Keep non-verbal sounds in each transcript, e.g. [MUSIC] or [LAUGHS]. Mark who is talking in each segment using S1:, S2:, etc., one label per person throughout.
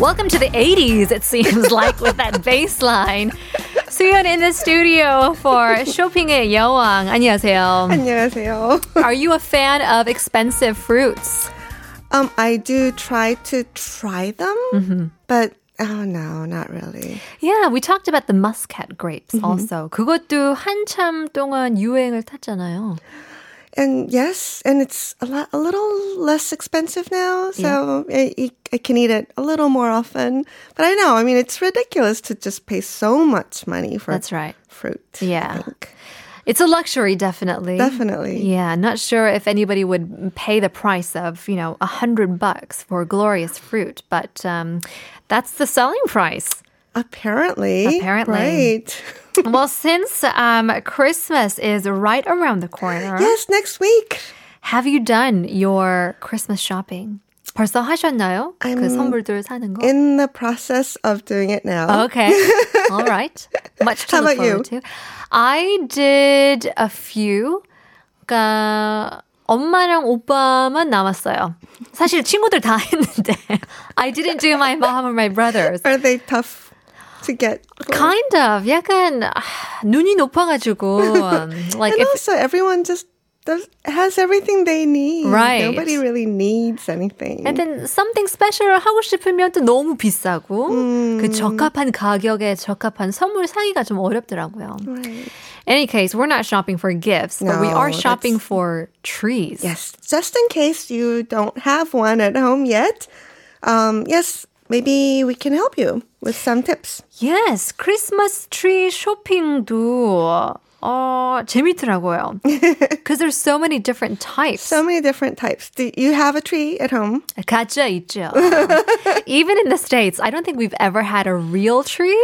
S1: Welcome to the 80s, it seems [LAUGHS] like, with that bass line. Suyun in the studio for 쇼핑의 여왕. 안녕하세요.
S2: 안녕하세요. [LAUGHS]
S1: Are you a fan of expensive fruits?
S2: Um, I do try to try them,
S1: Mm-hmm.
S2: but oh no, not really.
S1: Yeah, we talked about the muscat grapes also. 그것도 한참 동안 유행을 탔잖아요.
S2: And yes, and it's a lot, a little less expensive now, so I, I- I can eat it a little more often. But I know, I mean, it's ridiculous to just pay so much money for
S1: That's right.
S2: fruit. I
S1: Yeah.
S2: think.
S1: It's a luxury, definitely.
S2: definitely.
S1: Yeah, not sure if anybody would pay the price of, you know, a hundred bucks for glorious fruit, but um, that's the selling price.
S2: Apparently,
S1: Apparently.
S2: right?
S1: well, since um, Christmas is right around the corner,
S2: yes, next week.
S1: have you done your Christmas shopping? 벌써 하셨나요? 그
S2: I'm
S1: 선물들 사는 거?
S2: In the process of doing it now. [LAUGHS]
S1: Okay. All right. Much to
S2: How
S1: look
S2: about you?
S1: forward to. I did a few. 그러니까 엄마랑 오빠만 남았어요. 사실 친구들 다 [LAUGHS] 했는데 I didn't do my mom or my
S2: [LAUGHS]
S1: brothers.
S2: Are they tough to get?
S1: Kind of. 약간 아, 눈이 높아가지고 um, like
S2: And
S1: if
S2: also, everyone just does, has everything they need.
S1: Right.
S2: Nobody really needs anything.
S1: And then something special 하고 싶으면 또 너무 비싸고 그 적합한 가격에 적합한 선물 사기가 좀 어렵더라고요.
S2: Right.
S1: Any case, we're not shopping for gifts, but we
S2: No,
S1: are shopping for trees.
S2: Yes, just in case you don't have one at home yet, um, yes, maybe we can help you with some tips.
S1: Yes, Christmas tree 쇼핑도 어,
S2: [LAUGHS]
S1: 재밌더라고요. Because there's so many different types.
S2: So many different types. Do you have a tree at home?
S1: 가짜 있죠. Even in the States, I don't think we've ever had a real tree.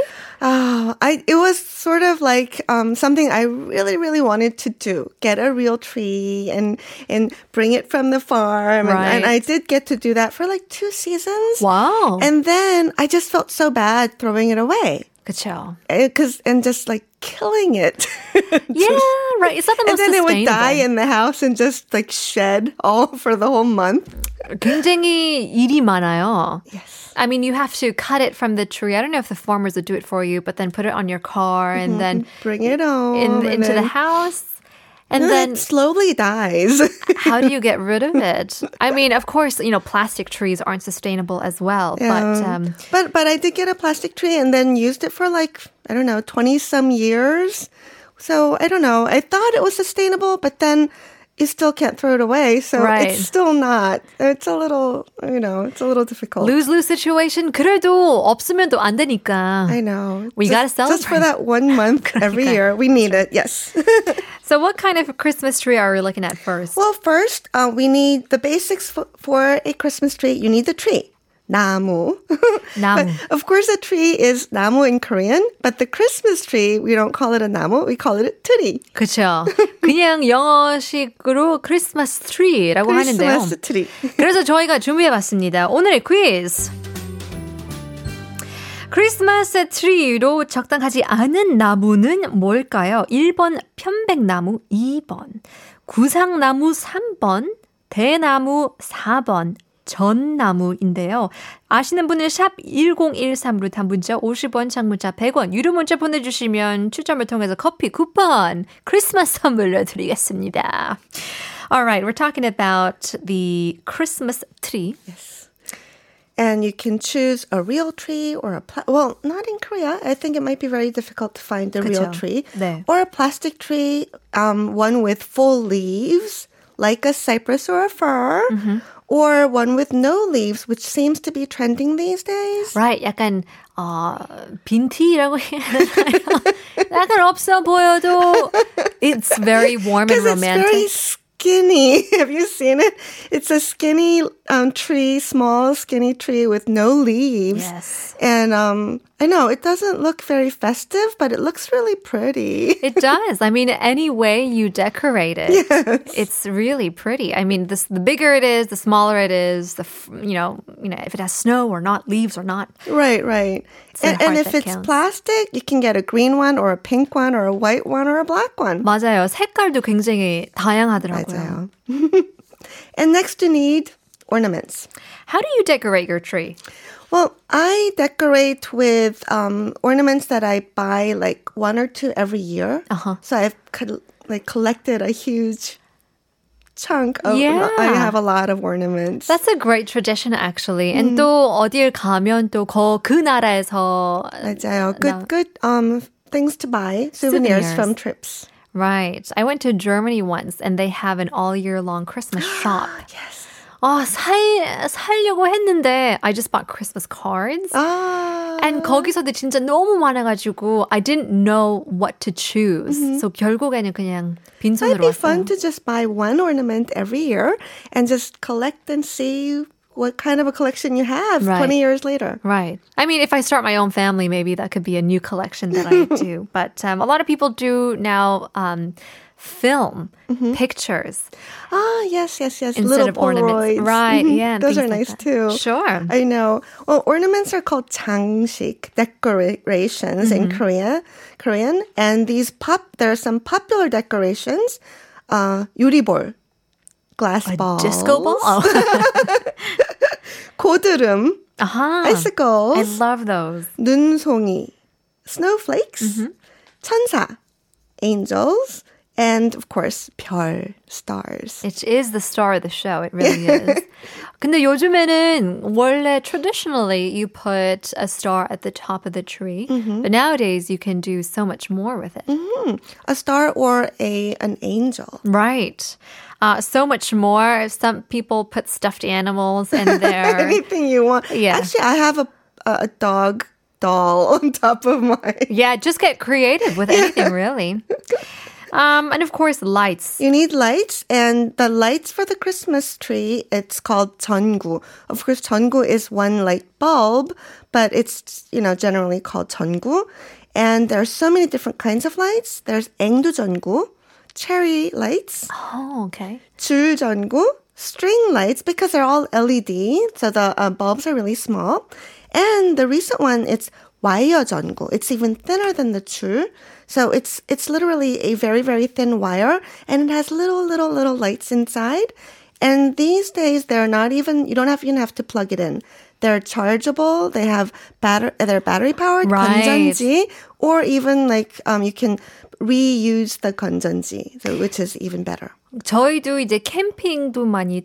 S2: Oh, I it was sort of like um, something I really, really wanted to do: get a real tree and and bring it from the farm. And, and I did get to do that for like two seasons.
S1: Wow.
S2: And then I just felt so bad throwing it away.
S1: 그쵸.
S2: Because and just like killing it.
S1: [LAUGHS] Yeah, right. It's not the
S2: and
S1: most
S2: then it
S1: sustainable.
S2: would die in the house and just like shed all [LAUGHS] for the whole month.
S1: 굉장히 일이 많아요.
S2: Yes.
S1: I mean, you have to cut it from the tree. I don't know if the farmers would do it for you, but then put it on your car
S2: Mm-hmm.
S1: and then
S2: Bring it home
S1: in,
S2: and
S1: into the
S2: then-
S1: house. And
S2: and
S1: then
S2: [LAUGHS] it slowly dies. [LAUGHS]
S1: how do you get rid of it? I mean, of course, you know, plastic trees aren't sustainable as well, but um,
S2: but but I did get a plastic tree and then used it for like I don't know twenty some years. So I don't know. I thought it was sustainable, but then you still can't throw it away. So
S1: Right.
S2: it's still not. It's a little you know it's a little difficult.
S1: lose lose situation 그래도 없으면 또 안 되니까.
S2: I know.
S1: We
S2: Just-
S1: gotta
S2: Just for
S1: celebrate.
S2: that
S1: [LAUGHS]
S2: one month every year. We need it, yes. [LAUGHS]
S1: So, what kind of Christmas tree are we looking at first?
S2: well, first, uh, we need the basics for, for a Christmas tree. You need the tree. Namu. [LAUGHS]
S1: 나무.
S2: of course, a tree is namu in Korean, but the Christmas tree, we don't call it a namu, we call it a tree.
S1: 그렇죠. 그냥 영어식으로 크리스마스 트리라고 하는데요.
S2: Christmas tree. [LAUGHS]
S1: 그래서 저희가 준비해봤습니다. 오늘의 퀴즈. 크리스마스 트리로 적당하지 않은 나무는 뭘까요? 1번 편백나무, 2번 구상나무, 3번 대나무, 4번 전나무인데요. 아시는 분은 샵 1013으로 단문자 50원, 장문자 100원, 유료 문자 보내주시면 추첨을 통해서 커피 쿠폰 크리스마스 선물로 드리겠습니다. All right, we're talking about the Christmas tree.
S2: And you can choose a real tree or a, pla- well, not in Korea. I think it might be very difficult to find a real
S1: 그쵸.
S2: tree.
S1: 네.
S2: Or a plastic tree, um, one with full leaves, like a cypress or a fir,
S1: Mm-hmm.
S2: or one with no leaves, which seems to be trending these days.
S1: Right, 약간 어, 빈티라고 해야 하나요? 약간 없어 보여도 it's very warm and
S2: Because it's very
S1: romantic.
S2: skinny. [LAUGHS] Have you seen it? It's a skinny um, tree, small, skinny tree with no leaves.
S1: Yes.
S2: And um, I know it doesn't look very festive, but it looks really pretty.
S1: It does. I mean, any way you decorate it, it's really pretty. I mean, this, the bigger it is, the smaller it is. The f- you know, you know, if it has snow or not, leaves or not.
S2: Right, right.
S1: the
S2: And, and
S1: heart
S2: if
S1: that
S2: it's
S1: counts.
S2: plastic, you can get a green one or a pink one or a white one or a black one.
S1: 맞아요. 색깔도 굉장히 다양하더라고요.
S2: 맞아요. and next, you need ornaments.
S1: How do you decorate your tree?
S2: Well, I decorate with um, ornaments that I buy like one or two every year.
S1: Uh-huh.
S2: So I've col- like collected a huge chunk of
S1: Yeah.
S2: I have a lot of ornaments.
S1: That's a great tradition actually. And 또 어딜 가면 또 거 그 나라에서
S2: 맞아요. Good good um things to buy, souvenirs,
S1: Souvenirs.
S2: from trips.
S1: Right. I went to Germany once and they have an all year long Christmas
S2: [GASPS]
S1: shop.
S2: Yes.
S1: 아, 살 살려고 했는데 I just bought Christmas cards.
S2: Ah.
S1: And 거기서도 진짜 너무 많아가지고 I didn't know what to choose. So 결국에는 그냥 빈손으로
S2: It'd Mm-hmm. be
S1: 왔어요.
S2: fun to just buy one ornament every year and just collect and see what kind of a collection you have
S1: Right.
S2: 20 years later.
S1: Right. I mean, if I start my own family, maybe that could be a new collection that
S2: [LAUGHS]
S1: I do. But um, a lot of people do now um, film pictures
S2: Ah, yes, yes, yes.
S1: instead
S2: Mm-hmm. Little
S1: of ornaments.
S2: Polaroids.
S1: Right.
S2: Mhm.
S1: Yeah. and
S2: Those
S1: things
S2: are
S1: like
S2: nice
S1: that.
S2: too.
S1: Sure.
S2: I know. Well, ornaments are called 장식, decorations in
S1: Mm-hmm.
S2: Korea, Korean. And these pop, there are some popular decorations. Uh, 유리볼, glass balls,
S1: Disco ball. Oh.
S2: 고드름,
S1: uh-huh. I
S2: icicles,
S1: love those.
S2: 눈송이, snowflakes, 천사, angels, and of course, 별, stars.
S1: It is the star of the show. It [LAUGHS] really is. 근데 요즘에는 원래 traditionally you put a star at the top of the tree, but nowadays you can do so much more with it.
S2: A star or a an angel.
S1: Right. Uh, so much more. Some people put stuffed animals [LAUGHS] in there.
S2: Anything you want.
S1: Yeah.
S2: Actually, I have a a a dog doll [LAUGHS] on top of mine.
S1: yeah, just get creative with [LAUGHS] anything, really. Um, and of course, lights.
S2: You need lights, and the lights for the Christmas tree, it's called 전구. Of course, 전구 is one light bulb, but it's, you know, generally called 전구. And there are so many different kinds of lights. There's 앵두 전구, cherry lights,
S1: Oh, okay.
S2: 줄 전구, string lights, because they're all LED, so the uh, bulbs are really small. And the recent one, it's wire 전구. It's even thinner than the 줄. So it's it's literally a very very thin wire, and it has little little little lights inside. And these days, they're not even you don't have even have to plug it in. They're chargeable. They have batter. They're battery powered.
S1: Right.
S2: 건전지, or even like um, you can reuse the 건전지, so which is even better.
S1: 저희도 이제 캠핑도 많이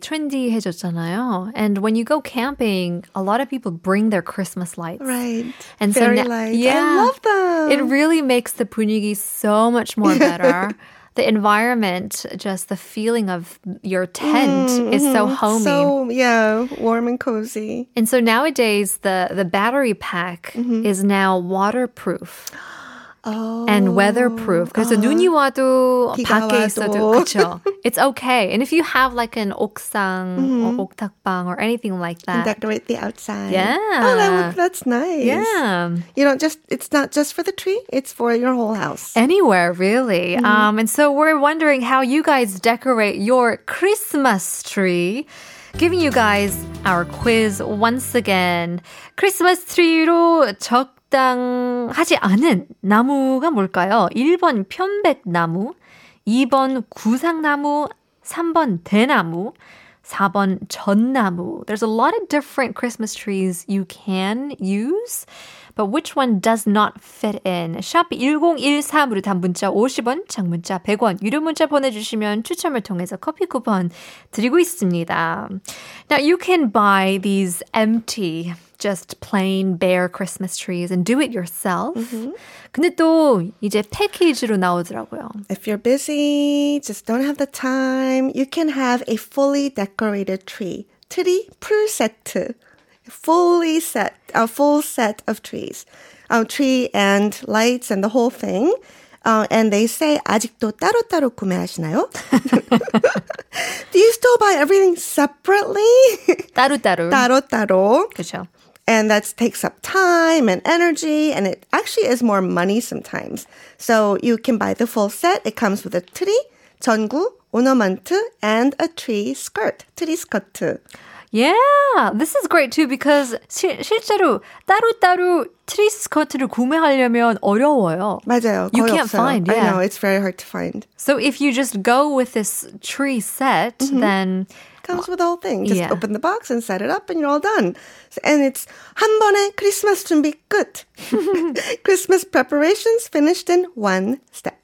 S1: 트렌디해졌잖아요. And when you go camping, a lot of people bring their Christmas lights.
S2: Right.
S1: And so
S2: fairy
S1: na-
S2: lights.
S1: yeah.
S2: I love them.
S1: It really makes the 분위기 so much more better. the environment, just the feeling of your tent is so homey.
S2: so yeah, warm and cozy.
S1: And so nowadays, the, the battery pack is now waterproof
S2: Mm-hmm. [GASPS] Oh. uh-huh.
S1: and weatherproof. 그래서 눈이 와도
S2: 비가
S1: 밖에
S2: 와도.
S1: 있어도 그쵸?
S2: [LAUGHS]
S1: It's okay. And if you have like an 옥상
S2: Mm-hmm.
S1: or 옥탑방 or anything like
S2: And
S1: that.
S2: decorate the outside.
S1: Yeah.
S2: Oh, that would, that's nice.
S1: yeah.
S2: You know, just it's not just for the tree; it's for your whole house.
S1: Anywhere, really. Um, and so we're wondering how you guys decorate your Christmas tree. Giving you guys our quiz once again. 크리스마스 트리로 적당하지 않은 나무가 뭘까요? 1번 편백나무, 2번 구상나무, 3번 대나무, 4번 전나무. There's a lot of different Christmas trees you can use, but which one does not fit in? 샵 1013으로 단문자 50원, 장문자 100원, 유료 문자 보내주시면 추첨을 통해서 커피 쿠폰 드리고 있습니다. Now you can buy these empty just plain bare Christmas trees and do it yourself. 근데 또 이제 패키지로 나오더라고요.
S2: If you're busy, just don't have the time, you can have a fully decorated tree. 트리 풀 세트. Fully set, a full set of trees. A tree and lights and the whole thing. Uh, and they say, 아직도 따로따로 구매하시나요? [LAUGHS] Do you still buy everything separately? [LAUGHS]
S1: 따로따로.
S2: 따로따로.
S1: 그렇죠.
S2: And that takes up time and energy, and it actually is more money sometimes. So you can buy the full set. It comes with a tree, 전구, ornament, and a tree skirt, tree skirt.
S1: Yeah, this is great too because 시, 실제로 따로따로 트리 스커트를 구매하려면 어려워요.
S2: 맞아요.
S1: You
S2: 거의
S1: can't
S2: 없어요.
S1: find,
S2: I
S1: yeah.
S2: know, it's very hard to find.
S1: So if you just go with this tree set, then
S2: comes with the whole thing. Just
S1: Yeah.
S2: open the box and set it up, and you're all done. And it's 한 번에 크리스마스 준비 끝. [LAUGHS] Christmas preparations finished in one step.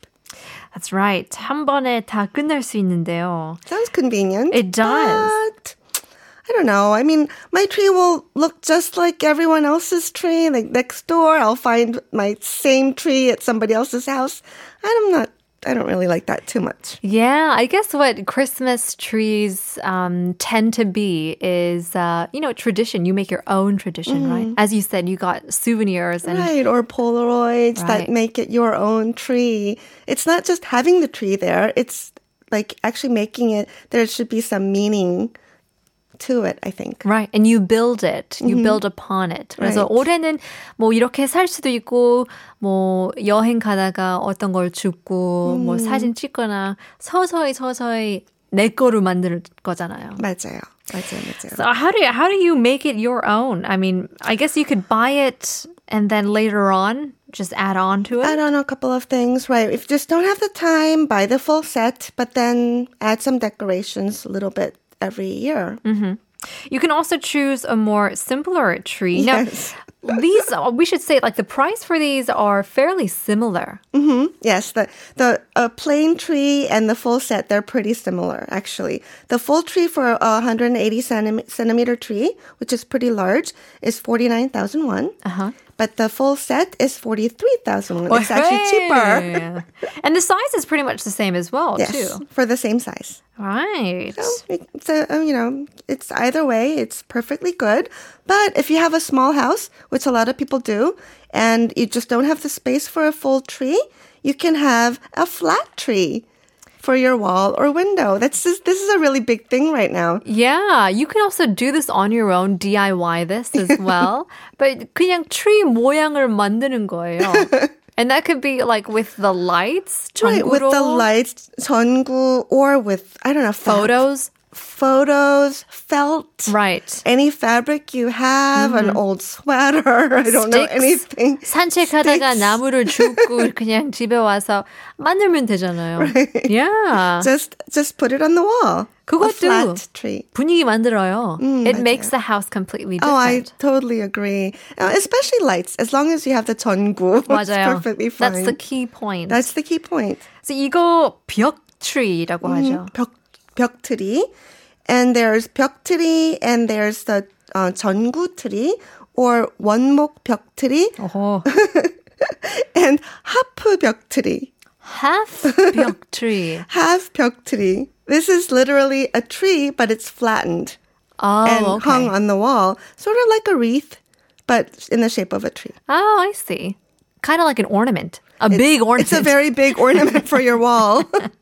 S1: that's right. 한 번에 다 끝날 수 있는데요.
S2: Sounds convenient.
S1: It does.
S2: But I don't know. I mean, my tree will look just like everyone else's tree. Like next door, I'll find my same tree at somebody else's house. And I'm not. I don't really like that too much.
S1: Yeah, I guess what Christmas trees um, tend to be is, uh, you know, tradition. You make your own tradition, right? As you said, you got souvenirs and
S2: Right, or Polaroids
S1: Mm. Right.
S2: that make it your own tree. It's not just having the tree there, it's like actually making it, there should be some meaning to it, I think.
S1: Right. And you build it. You build upon it. 그래서
S2: Right.
S1: 올해는 뭐 이렇게 살 수도 있고 뭐 여행 가다가 어떤 걸 줍고 뭐 사진 찍거나 서서히 서서히 내 거로 만들 거잖아요.
S2: 맞아요. 맞아요, 맞아요.
S1: So how do you, how do you make it your own? I mean, I guess you could buy it and then later on just add on to it.
S2: Add on a couple of things, right? If you just don't have the time, buy the full set, but then add some decorations a little bit every year.
S1: You can also choose a more simpler tree.
S2: Yes.
S1: Now, these are- we should say like the price for these are fairly similar.
S2: Yes, the the a plain tree and the full set they're pretty similar actually. The full tree for a 180 centi- centimeter tree, which is pretty large, is 49,000 won. Uh-huh. But the full set is 43,000 won. It's actually cheaper.
S1: Hey. and the size is pretty much the same as well,
S2: Yes,
S1: too.
S2: for the same size.
S1: Right.
S2: So um, you know, it's either way, it's perfectly good. But if you have a small house, which a lot of people do, and you just don't have the space for a full tree, you can have a flat tree for your wall or window. That's just, this is a really big thing right now.
S1: Yeah, you can also do this on your own, DIY this
S2: [LAUGHS]
S1: as well. but 그냥 tree 모양을 만드는
S2: [LAUGHS]
S1: 거예요. and that could be like with the lights,
S2: Right, with the
S1: 전구로,
S2: lights, 전구, or with I don't know fa-
S1: photos.
S2: photos, felt,
S1: Right. Mm-hmm.
S2: any fabric you have, an old sweater. [LAUGHS] I don't know
S1: Sticks.
S2: anything.
S1: 산책하다가
S2: Sticks.
S1: 나무를
S2: [LAUGHS]
S1: 줍고 그냥 집에 와서 만들면 되잖아요. Yeah.
S2: just just put it on the wall.
S1: 그것도-
S2: a flat tree.
S1: 분위기 만들어요. it makes the house completely
S2: Oh, I
S1: different.
S2: totally agree. Uh, especially lights. As long as you have the 전구, [LAUGHS] it's
S1: 맞아요.
S2: perfectly fine.
S1: That's the key point.
S2: That's the key point.
S1: 그래서 이거 벽트리라고 하죠.
S2: 벽 벽트리, and there's 벽트리, and there's the uh, 전구트리 or 원목 벽트리
S1: 어허.
S2: and 하프 벽트리. [LAUGHS]
S1: half 벽트리.
S2: Half 벽트리. This is literally a tree, but it's flattened
S1: Oh,
S2: and
S1: okay.
S2: hung on the wall, sort of like a wreath, but in the shape of a tree.
S1: Oh, I see. Kind of like an ornament. A big ornament.
S2: It's a very big ornament for your wall, but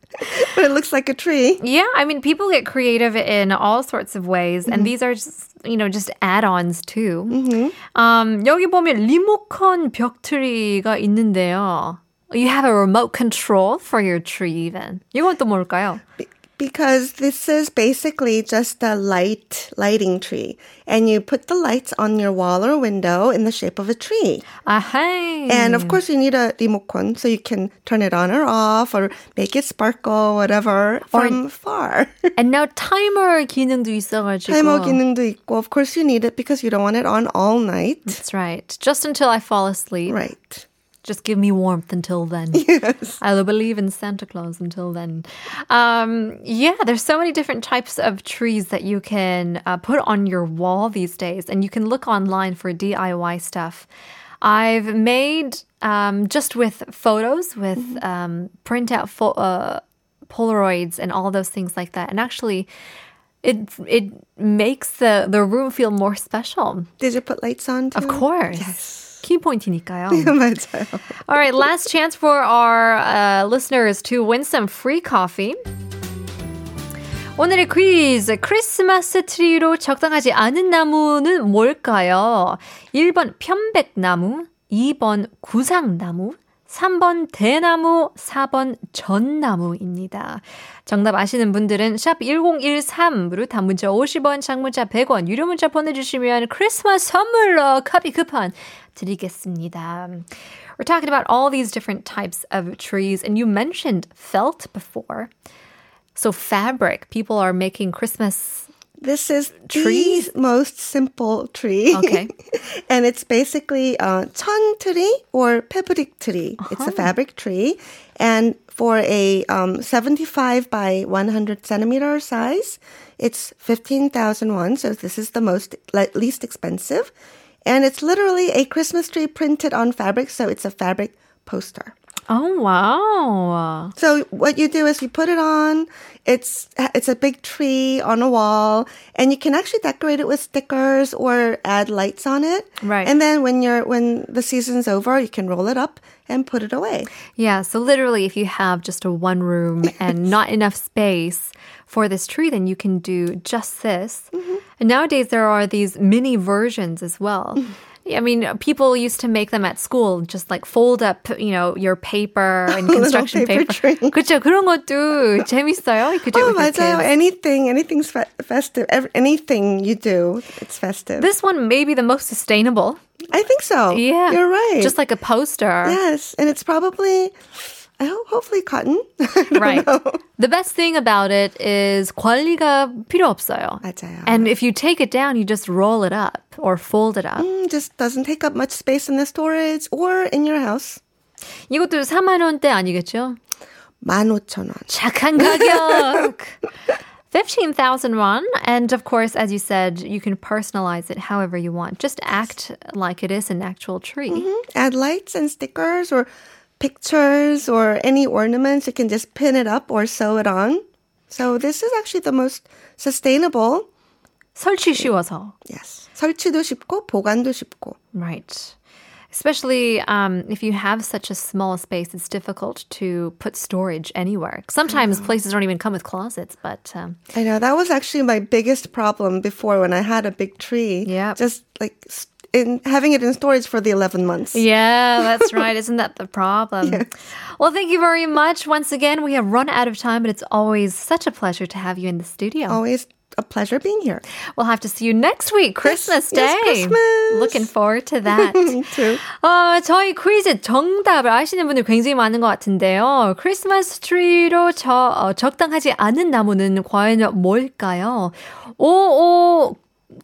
S2: it looks like a tree.
S1: yeah, I mean, people get creative in all sorts of ways,
S2: Mm-hmm.
S1: and these are just, you know, just add-ons too. Um, 여기 보면 리모컨 벽트리가 있는데요. You have a remote control for your tree, even. 이건 또 뭘까요?
S2: Be- Because this is basically just a light lighting tree, and you put the lights on your wall or window in the shape of a tree.
S1: 아하.
S2: And of course, you need a remote so you can turn it on or off, or make it sparkle, whatever, from far.
S1: And now timer 기능도 있어가지고.
S2: 타이머 기능도 있고, of course, you need it because you don't want it on all night.
S1: That's right. Just until I fall asleep.
S2: Right. [LAUGHS]
S1: Just give me warmth until then. Yes. I will believe in Santa Claus until then. Um, yeah, there's so many different types of trees that you can uh, put on your wall these days, and you can look online for DIY stuff. I've made um, just with photos, with um, printout fo- uh, Polaroids and all those things like that, and actually. It it makes the, the room feel more special.
S2: Did you put lights on too?
S1: Of course. Key point이니까요.
S2: [LAUGHS] 맞아요.
S1: All right, last chance for our uh, listeners to win some free coffee. 오늘의 퀴즈, 크리스마스 트리로 적당하지 않은 나무는 뭘까요? 1번 편백나무, 2번 구상나무, 3번 대나무, 4번 전나무입니다. 정답 아시는 분들은 샵 1013으로 단문자 50원, 장문자 100원, 유료문자 보내주시면 크리스마스 선물로 커피 쿠폰 드리겠습니다. We're talking about all these different types of trees, and you mentioned felt before. So fabric, people are making Christmas
S2: This is
S1: Tree?
S2: the most simple tree.
S1: Okay.
S2: [LAUGHS] and it's basically uh, chang tree or pebric tree. It's a fabric tree. And for a um, 75 by 100 centimeter size, it's 15,000 won. So this is the most le- least expensive. And it's literally a Christmas tree printed on fabric. So it's a fabric poster.
S1: Oh wow.
S2: So what you do is you put it on. It's it's a big tree on a wall, and you can actually decorate it with stickers or add lights on it.
S1: Right.
S2: And then when you're when the season's over, you can roll it up and put it away.
S1: Yeah, so literally if you have just a one
S2: [LAUGHS]
S1: room and not enough space for this tree, then you can do just this.
S2: Mm-hmm.
S1: And nowadays there are these mini versions as well.
S2: Mm-hmm.
S1: I mean, people used to make them at school, just like fold up, you know, your paper
S2: [LAUGHS]
S1: and construction
S2: paper
S1: [LAUGHS]
S2: tree.
S1: 그쵸, 그런 것도 재밌어요. You could do it
S2: Oh,
S1: with your
S2: 맞아요.
S1: kids.
S2: Anything, anything's fe- festive. Ev- anything you do, it's festive.
S1: This one may be the most sustainable.
S2: I think so.
S1: Yeah.
S2: You're right.
S1: Just like a poster.
S2: yes, and it's probably, I hope, hopefully cotton. [LAUGHS]
S1: Right. The best thing about it is 관리가 필요 없어요.
S2: 맞아요.
S1: And if you take it down, you just roll it up or fold it up.
S2: Mm, Just doesn't take up much space in the storage or in your house.
S1: 이것도 4만 원대 아니겠죠?
S2: 15,000원.
S1: 착한
S2: [LAUGHS]
S1: 가격. 15,000 won. And of course, as you said, you can personalize it however you want. Just act like it is an actual tree.
S2: add lights and stickers or pictures or any ornaments. You can just pin it up or sew it on. So this is actually the most sustainable.
S1: 설치 쉬워서.
S2: Yes. 설치도 쉽고 보관도 쉽고.
S1: Right. Especially um, if you have such a small space, it's difficult to put storage anywhere. Sometimes places don't even come with closets, but um,
S2: I know that was actually my biggest problem before when I had a big tree.
S1: Yep.
S2: Just like s- in having it in storage for the 11 months. [LAUGHS]
S1: yeah, that's right. Isn't that the problem? Well, thank you very much. Once again, we have run out of time, but it's always such a pleasure to have you in the studio.
S2: Always a pleasure being here.
S1: We'll have to see you next week, Christmas
S2: Oh. yes,
S1: Day.
S2: Christmas.
S1: Looking forward to that.
S2: [LAUGHS] Me too.
S1: 어, 저희 퀴즈 정답을 아시는 분들 굉장히 많은 것 같은데요. 크리스마스 트리로 저, 어, 적당하지 않은 나무는 과연 뭘까요?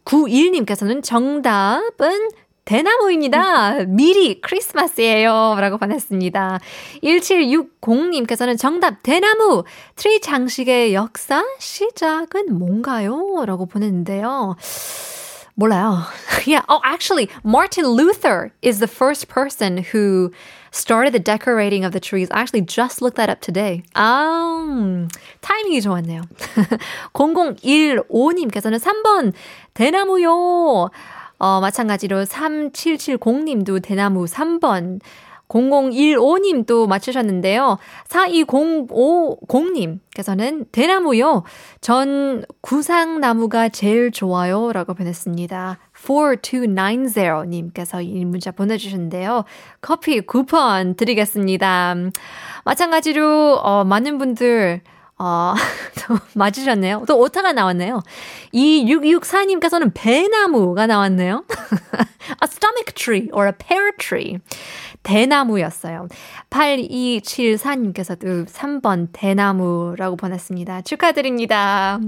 S1: 5591님께서는 정답은 대나무입니다. 미리 크리스마스예요. 라고 보냈습니다. 1760님께서는 정답 대나무 트리 장식의 역사 시작은 뭔가요? 라고 보냈는데요. 몰라요. [LAUGHS] yeah. Oh, actually, Martin Luther is the first person who started the decorating of the trees. I actually just looked that up today. 아, 타이밍이 좋았네요. [LAUGHS] 0015님께서는 3번 대나무요. 어, 마찬가지로 3770님도 대나무 3번. 0015님도 맞추셨는데요. 42050님께서는 대나무요. 전 구상나무가 제일 좋아요. 라고 보냈습니다. 4290님께서 이 문자 보내주셨는데요. 커피 쿠폰 드리겠습니다. 마찬가지로, 어, 많은 분들 [LAUGHS] 어, 또 맞으셨네요. 또 오타가 나왔네요. 2664님께서는 배나무가 나왔네요. [LAUGHS] a stomach tree or a pear tree. 대나무였어요. 8274님께서도 3번 대나무라고 보냈습니다. 축하드립니다.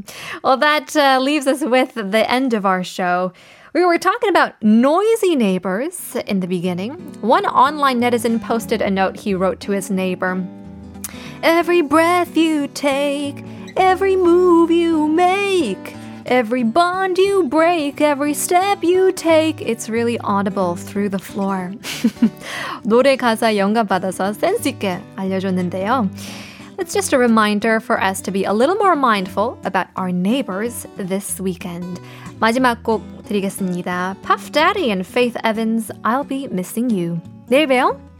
S1: Well, that uh, leaves us with the end of our show. We were talking about noisy neighbors in the beginning. One online netizen posted a note he wrote to his neighbor. Every breath you take, every move you make, every bond you break, every step you take, it's really audible through the floor. [LAUGHS] 노래 가사 영감 받아서 센스 있게 알려줬는데요. It's just a reminder for us to be a little more mindful about our neighbors this weekend. 마지막 곡 드리겠습니다. Puff Daddy and Faith Evans, I'll be missing you. 내일 봬요.